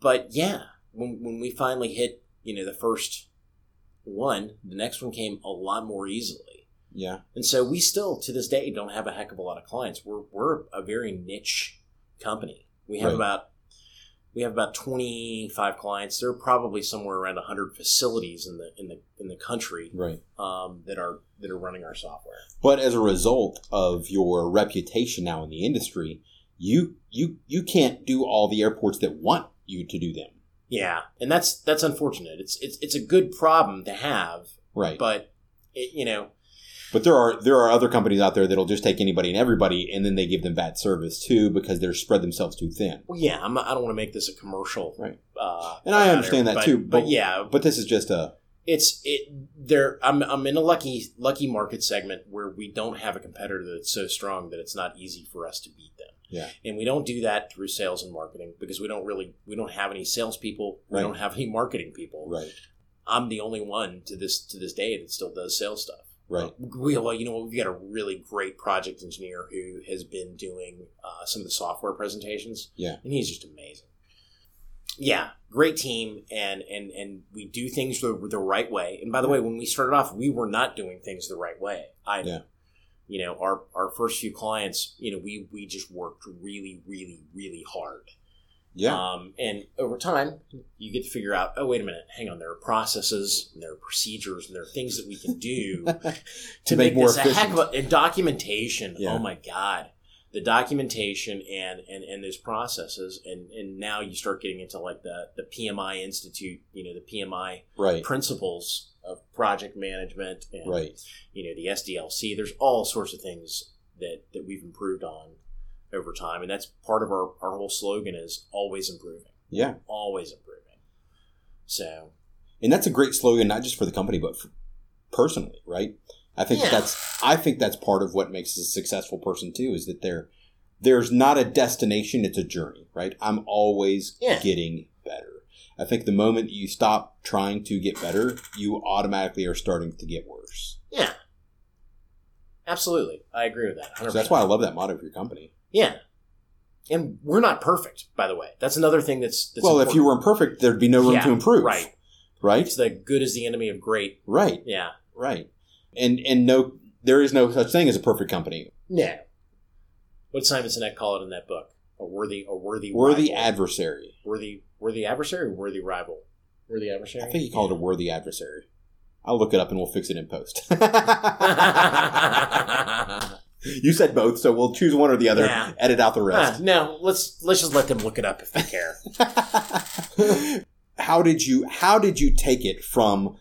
S2: but yeah, when, when we finally hit, you know, the first one, the next one came a lot more easily.
S1: Yeah.
S2: And so we still, to this day, don't have a heck of a lot of clients. We're, we're a very niche company. We have
S1: Right.
S2: about we have about 25 clients. There are probably somewhere around 100 facilities in the in the in the country
S1: Right.
S2: um, that are that are running our software.
S1: But as a result of your reputation now in the industry, you you you can't do all the airports that want you to do them.
S2: Yeah, and that's that's unfortunate. It's it's it's a good problem to have,
S1: Right. But,
S2: but it, you know,
S1: there are there are other companies out there that'll just take anybody and everybody and then they give them bad service too because they're spread themselves too thin.
S2: Well, yeah, I'm, I don't want to make this a commercial,
S1: Right.
S2: Uh,
S1: And I
S2: about
S1: understand
S2: it,
S1: that
S2: but-
S1: too,
S2: But,
S1: but-
S2: yeah,
S1: But this is just a
S2: it's it. There, I'm I'm in a lucky lucky market segment where we don't have a competitor that's so strong that it's not easy for us to beat them.
S1: Yeah.
S2: and we don't do that through sales and marketing because we don't really we don't have any salespeople, we
S1: Right.
S2: don't have any marketing people.
S1: right,
S2: I'm the only one to this to this day that still does sales stuff.
S1: right,
S2: Uh, We, well, you know, what, we've got a really great project engineer who has been doing uh, some of the software presentations.
S1: Yeah.
S2: and he's just amazing. Yeah, great team, and and and we do things the, the right way. And by the way, when we started off, we were not doing things the right way. I,
S1: Yeah.
S2: you know, our our first few clients, you know, we we just worked really, really, really hard.
S1: yeah.
S2: Um, and over time, you get to figure out, oh, wait a minute, hang on, there are processes and there are procedures and there are things that we can do to,
S1: make more
S2: this a heck of
S1: efficient.
S2: a, and documentation.
S1: Yeah.
S2: Oh my God. The documentation and, and, and those processes. And, and now you start getting into like the, the PMI Institute, you know, the PMI
S1: right,
S2: principles of project management and,
S1: right.
S2: you know, the SDLC. There's all sorts of things that, that we've improved on over time. And that's part of our, our whole slogan is always improving
S1: Yeah.
S2: always improving. So
S1: And that's a great slogan, not just for the company, but for personally, right? I think
S2: Yeah.
S1: that's I think that's part of what makes a successful person too, is that they're there's not a destination, it's a journey, right? I'm always
S2: Yeah.
S1: getting better. I think the moment you stop trying to get better, you automatically are starting to get worse.
S2: yeah, absolutely, I agree with that. 100%.
S1: So that's why I love that motto for your company.
S2: yeah, and we're not perfect, by the way. That's another thing that's, that's
S1: well, if you were
S2: important.
S1: imperfect, there'd be no room
S2: Yeah,
S1: to improve.
S2: right,
S1: Right?
S2: it's the good is the enemy of great.
S1: Right.
S2: Yeah,
S1: Right. And and no there is no such thing as a perfect company.
S2: no. What did Simon Sinek call it in that book? A worthy, a worthy,
S1: Worthy
S2: rival.
S1: adversary.
S2: worthy, worthy adversary, or worthy rival, worthy adversary.
S1: I think he called it a worthy adversary. I'll look it up and we'll fix it in post. you said both, so we'll choose one or the other.
S2: Yeah.
S1: Edit out the
S2: Ah,
S1: rest.
S2: no, let's let's just let them look it up if they care.
S1: how did you how did you take it from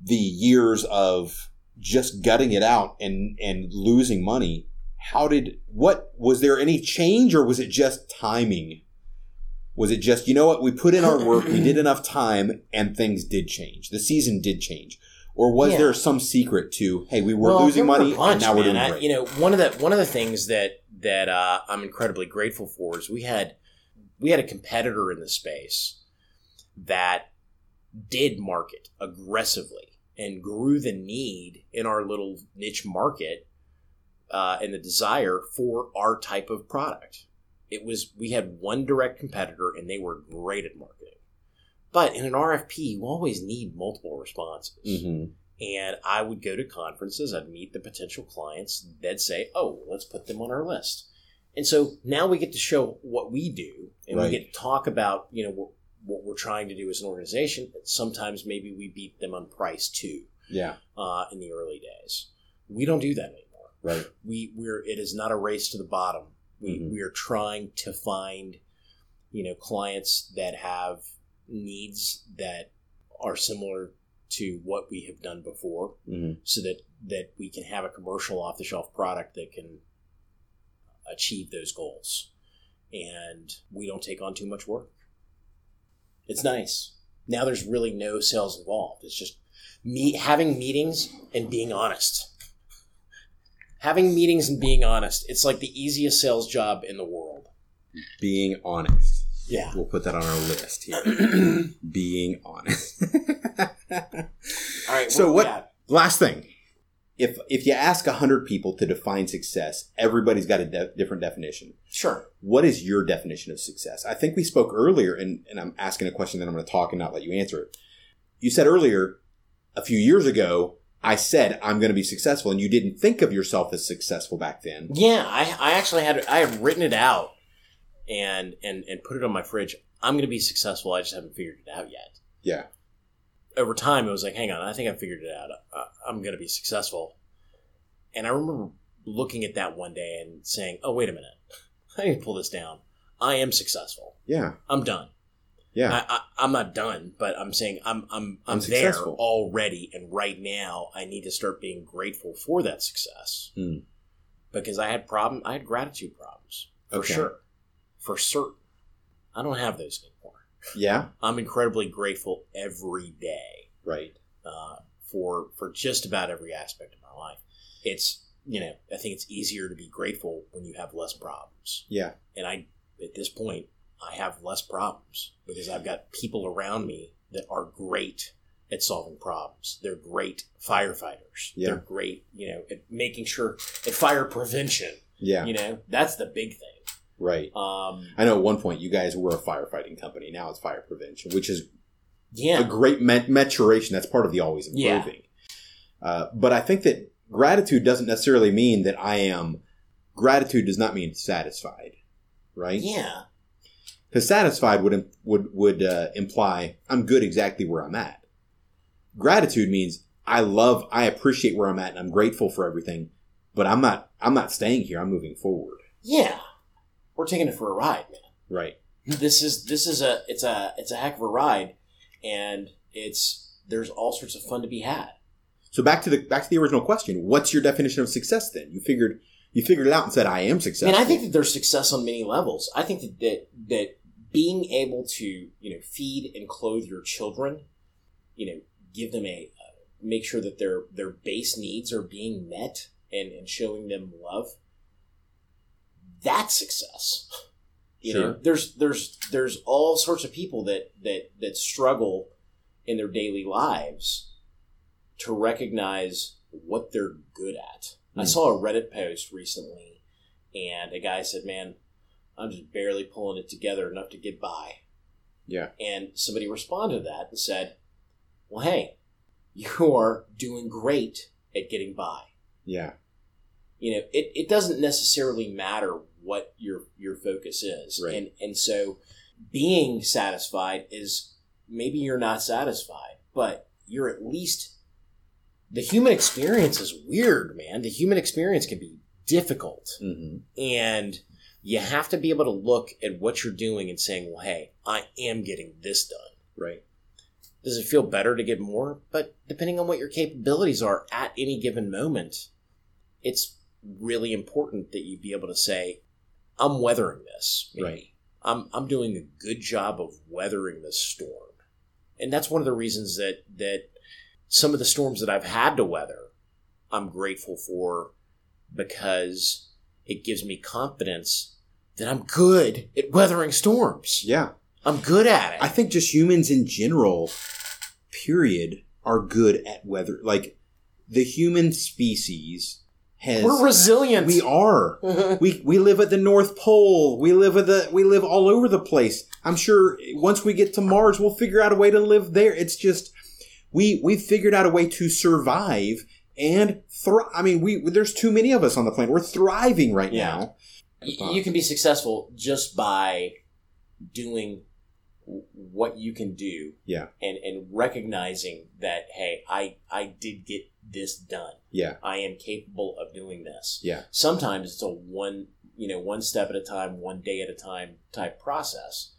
S1: the years of just gutting it out and and losing money? How did what was there any change or was it just timing? Was it just, you know what, we put in our work, we did enough time, and things did change? The season did change. Or was
S2: Yeah.
S1: there some secret to, hey, we were
S2: Well,
S1: losing
S2: there were a
S1: money
S2: bunch,
S1: and now we're
S2: man.
S1: doing
S2: I-
S1: great?
S2: You know, one of the one of the things that that uh, I'm incredibly grateful for is we had we had a competitor in the space that did market aggressively and grew the need in our little niche market uh, and the desire for our type of product. It was we had one direct competitor and they were great at marketing. But in an RFP, you always need multiple responses
S1: Mhm.
S2: and I would go to conferences. I'd meet the potential clients. They'd say, "Oh, let's put them on our list." And so now we get to show what we do, and
S1: Right.
S2: we get to talk about you know what, what we're trying to do as an organization. Sometimes maybe we beat them on price too
S1: Yeah,
S2: uh, in the early days. We don't do that anymore.
S1: right.
S2: We we're it is not a race to the bottom. We
S1: Mhm.
S2: we are trying to find you know clients that have needs that are similar to what we have done before
S1: hmm
S2: so that that we can have a commercial off the shelf product that can achieve those goals and we don't take on too much work it's nice now there's really no sales involved it's just me having meetings and being honest having meetings and being honest it's like the easiest sales job in the world
S1: Being honest.
S2: yeah
S1: We'll put that on our list here. Being honest.
S2: all right
S1: So what-
S2: yeah.
S1: Last thing. If, if you ask 100 people to define success, everybody's got a de- different definition.
S2: sure
S1: what is your definition of success? I think we spoke earlier, and, and I'm asking a question that I'm going to talk and not let you answer it. You said earlier, a few years ago, I said I'm going to be successful, and you didn't think of yourself as successful back then.
S2: Yeah, I, I actually had I had written it out and and and put it on my fridge. I'm going to be successful. I just haven't figured it out yet.
S1: Yeah.
S2: Over time, it was like, hang on, I think I figured it out. I, I'm going to be successful. And I remember looking at that one day and saying, oh wait a minute, I need to pull this down. I am successful.
S1: Yeah,
S2: I'm done.
S1: yeah,
S2: I, I, I'm not done, but I'm saying I'm I'm I'm,
S1: I'm
S2: there
S1: successful.
S2: already, and right now I need to start being grateful for that success
S1: Hmm.
S2: because I had problem I had gratitude problems for
S1: Okay.
S2: sure, for certain. I don't have those anymore.
S1: yeah.
S2: I'm incredibly grateful every day
S1: Right.
S2: uh, for for just about every aspect of my life. It's you know I think it's easier to be grateful when you have less problems
S1: Yeah.
S2: and I at this point I have less problems because I've got people around me that are great at solving problems. They're great firefighters.
S1: Yeah.
S2: They're great, you know, at making sure at fire prevention.
S1: Yeah.
S2: You know, that's the big thing.
S1: Right.
S2: Um,
S1: I know at one point you guys were a firefighting company. Now it's fire prevention, which is a
S2: yeah,
S1: great mat- maturation. That's part of the always
S2: Yeah.
S1: improving. Uh, but I think that gratitude doesn't necessarily mean that I am. Gratitude does not mean satisfied, right?
S2: yeah,
S1: Because satisfied would im- would would uh, imply I'm good exactly where I'm at. Gratitude means I love, I appreciate where I'm at, and I'm grateful for everything. But I'm not I'm not staying here. I'm moving forward.
S2: yeah. We're taking it for a ride, man.
S1: Right.
S2: this is this is a it's a it's a heck of a ride, and it's there's all sorts of fun to be had.
S1: So back to the back to the original question. What's your definition of success? Then you figured you figured it out and said I am
S2: I
S1: successful.
S2: mean, I think that there's success on many levels. I think that that, that being able to you know feed and clothe your children, you know, give them a uh, make sure that their their base needs are being met and and showing them love. That's success. You know,
S1: Sure.
S2: there's there's there's all sorts of people that that that struggle in their daily lives to recognize what they're good at. I
S1: Hmm.
S2: saw a Reddit post recently, and a guy said, "Man, I'm just barely pulling it together enough to get by."
S1: Yeah.
S2: And somebody responded to that and said, "Well, hey, you are doing great at getting by.
S1: yeah.
S2: You know, it, it doesn't necessarily matter what your your focus is,
S1: Right.
S2: and and so being satisfied is maybe you're not satisfied, but you're at least the human experience is weird, man. The human experience can be difficult
S1: Mm-hmm.
S2: and you have to be able to look at what you're doing and saying, well, hey, I am getting this done.
S1: Right.
S2: Does it feel better to get more? But depending on what your capabilities are at any given moment, it's really important that you be able to say, I'm weathering this. maybe.
S1: Right.
S2: I'm I'm doing a good job of weathering the storm, and that's one of the reasons that that some of the storms that I've had to weather, I'm grateful for because it gives me confidence that I'm good at weathering storms.
S1: Yeah.
S2: I'm good at it.
S1: I think just humans in general, period, are good at weather. Like the human species has
S2: We're resilient.
S1: we are. we we live at the North Pole. We live at the we live all over the place. I'm sure once we get to Mars, we'll figure out a way to live there. It's just we we figured out a way to survive and thrive. I mean, we there's too many of us on the planet. We're thriving right
S2: Yeah.
S1: now.
S2: Y- you can be successful just by doing w- what you can do
S1: Yeah.
S2: and and recognizing that hey i i did get this done
S1: Yeah.
S2: i am capable of doing this
S1: Yeah.
S2: sometimes it's a one you know one step at a time one day at a time type process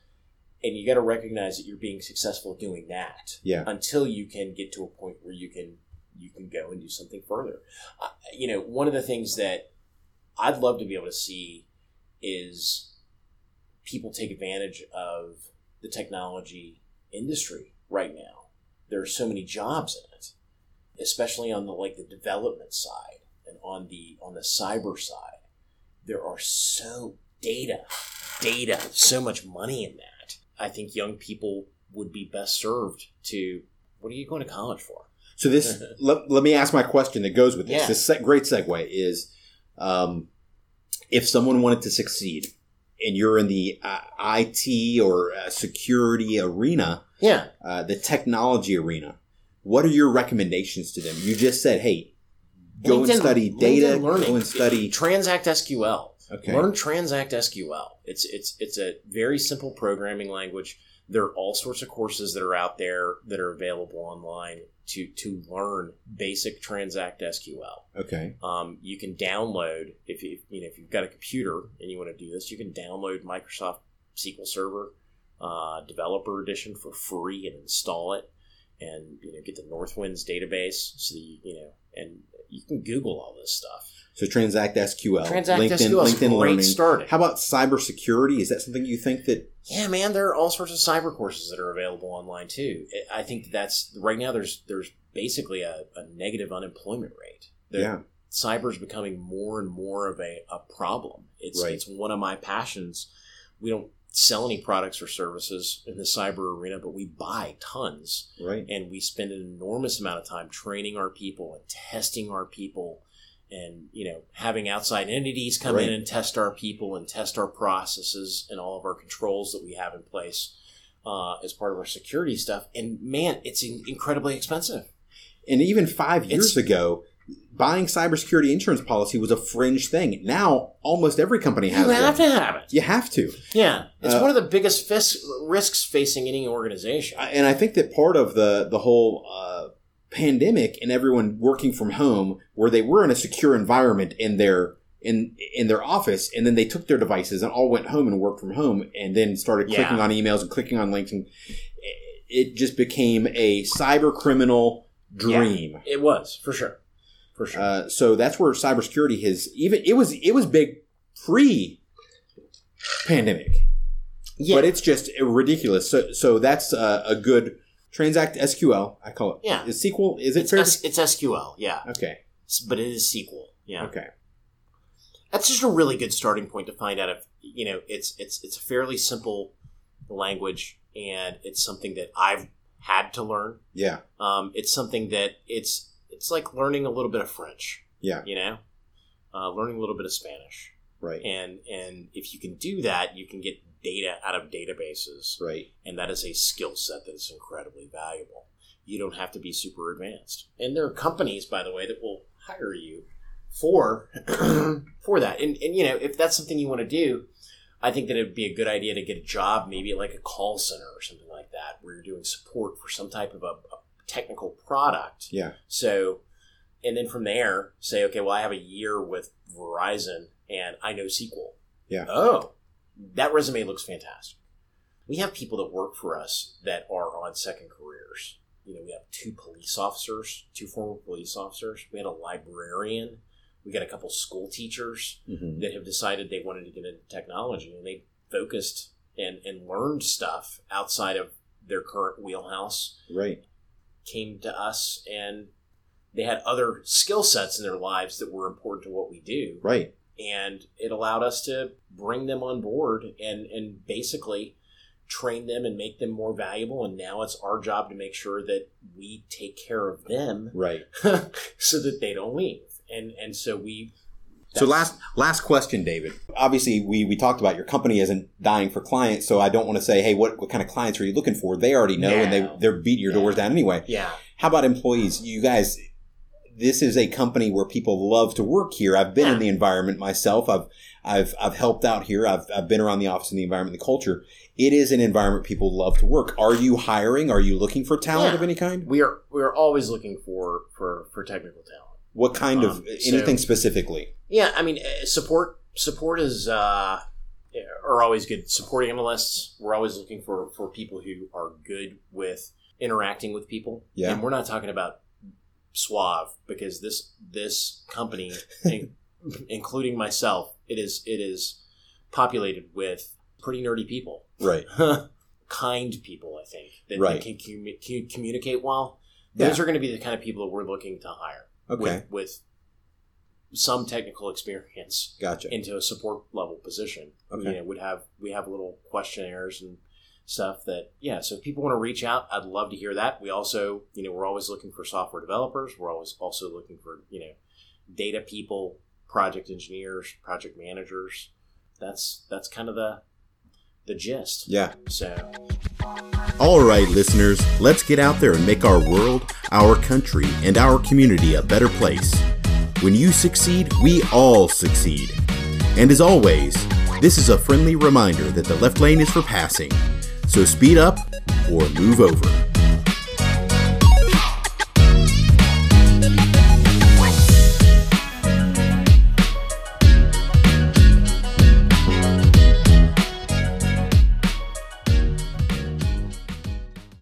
S2: and you got to recognize that you're being successful at doing that
S1: Yeah.
S2: until you can get to a point where you can you can go and do something further uh, you know one of the things that i'd love to be able to see is people take advantage of the technology industry right now there are so many jobs in it especially on the like the development side and on the on the cyber side there are so data data so much money in that i think young people would be best served to what are you going to college for
S1: So this let, let me ask my question that goes with this.
S2: Yeah.
S1: This se- great segue is, um, if someone wanted to succeed and you're in the uh, IT or uh, security arena,
S2: yeah
S1: uh, the technology arena, what are your recommendations to them? You just said, hey, go
S2: LinkedIn-
S1: and study data,
S2: LinkedIn learning.
S1: go and study.
S2: transact sql
S1: Okay,
S2: learn transact sql it's it's it's a very simple programming language there are all sorts of courses that are out there that are available online to to learn basic transact sql
S1: okay,
S2: Um, you can download if you, you know if you've got a computer and you want to do this, you can download Microsoft SQL Server uh, Developer Edition for free and install it, and you know get the Northwinds database so that you, you know and you can Google all this stuff.
S1: so Transact SQL,
S2: Transact
S1: LinkedIn,
S2: SQL is
S1: LinkedIn
S2: great
S1: Learning.
S2: starting.
S1: How about cybersecurity? Is that something you think that?
S2: yeah, man, there are all sorts of cyber courses that are available online too. I I think that's right now. There's there's basically a, a negative unemployment rate. There-
S1: yeah,
S2: cyber is becoming more and more of a, a problem. It's
S1: Right.
S2: it's one of my passions. We don't sell any products or services in the cyber arena, but we buy tons
S1: right.
S2: and we spend an enormous amount of time training our people and testing our people and you know having outside entities come
S1: Right.
S2: in and test our people and test our processes and all of our controls that we have in place uh, as part of our security stuff and man it's in- incredibly expensive
S1: And even five years
S2: It's-
S1: ago, buying cybersecurity insurance policy was a fringe thing. Now, almost every company
S2: you
S1: has
S2: have
S1: one.
S2: to have it
S1: You have to.
S2: Yeah, it's
S1: Uh,
S2: one of the biggest fis- risks facing any organization.
S1: I- And I think that part of the, the whole uh, pandemic and everyone working from home, where they were in a secure environment in their in in their office, and then they took their devices and all went home and worked from home, and then started
S2: Yeah.
S1: clicking on emails and clicking on links, and it just became a cyber criminal dream.
S2: it was for sure, for sure.
S1: Uh, so that's where cybersecurity has even it was it was big pre pandemic,
S2: yeah,
S1: but it's just ridiculous. So so that's a, a good transact SQL. I call it.
S2: Yeah.
S1: is SQL is it
S2: it's
S1: fair? to-
S2: S- it's SQL. Yeah,
S1: okay,
S2: S- but it is SQL. Yeah,
S1: okay,
S2: that's just a really good starting point to find out if you know it's it's it's a fairly simple language and it's something that I've had to learn.
S1: yeah,
S2: Um, it's something that it's it's like learning a little bit of French.
S1: Yeah.
S2: you know, uh, learning a little bit of Spanish.
S1: right,
S2: and and if you can do that you can get data out of databases
S1: right,
S2: and that is a skill set that's incredibly valuable you don't have to be super advanced and there are companies by the way that will hire you for for that and and you know if that's something you want to do i think that it would be a good idea to get a job maybe at like a call center or something like that where you're doing support for some type of a, a technical product
S1: yeah,
S2: so, and then from there, say, okay, well, I have a year with Verizon and I know SQL.
S1: Yeah.
S2: Oh, that resume looks fantastic. We have people that work for us that are on second careers. You know, we have two police officers, two former police officers. We had a librarian. We got a couple school teachers
S1: hmm
S2: that have decided they wanted to get into technology and they focused and and learned stuff outside of their current wheelhouse
S1: Right.
S2: came to us and they had other skill sets in their lives that were important to what we do
S1: Right.
S2: and it allowed us to bring them on board and and basically train them and make them more valuable and now it's our job to make sure that we take care of them
S1: Right.
S2: so that they don't leave and and so we
S1: So last last question, David. Obviously, we we talked about your company isn't dying for clients, so I don't want to say, hey, what, what kind of clients are you looking for? They already know, and they
S2: No.
S1: they're beating your doors down anyway.
S2: yeah
S1: How about employees? You guys, this is a company where people love to work here. I've been in the environment myself. I've I've I've helped out here. I've I've been around the office and the environment, the culture. It is an environment people love to work. Are you hiring? Are you looking for talent
S2: Yeah.
S1: of any kind?
S2: we are we are always looking for for for technical talent
S1: What kind
S2: Um,
S1: of
S2: so-
S1: anything specifically?
S2: Yeah, I mean, uh, support support is uh, are always good. Support analysts, we're always looking for for people who are good with interacting with people.
S1: Yeah.
S2: and we're not talking about suave because this this company, in- including myself, it is it is populated with pretty nerdy people,
S1: Right.
S2: kind people. I think that,
S1: Right.
S2: that can, commu- can communicate well.
S1: Yeah.
S2: Those are going to be the kind of people that we're looking to hire
S1: Okay.
S2: with, with some technical experience
S1: gotcha.
S2: into a support level position.
S1: Okay.
S2: You know, would have we have little questionnaires and stuff that yeah. So if people want to reach out, I'd love to hear that. We also you know we're always looking for software developers. We're always also looking for you know data people, project engineers, project managers. That's that's kind of the the gist.
S1: Yeah.
S2: So.
S5: All right, listeners, let's get out there and make our world, our country, and our community a better place. When you succeed, we all succeed. And as always, this is a friendly reminder that the left lane is for passing. So speed up or move over.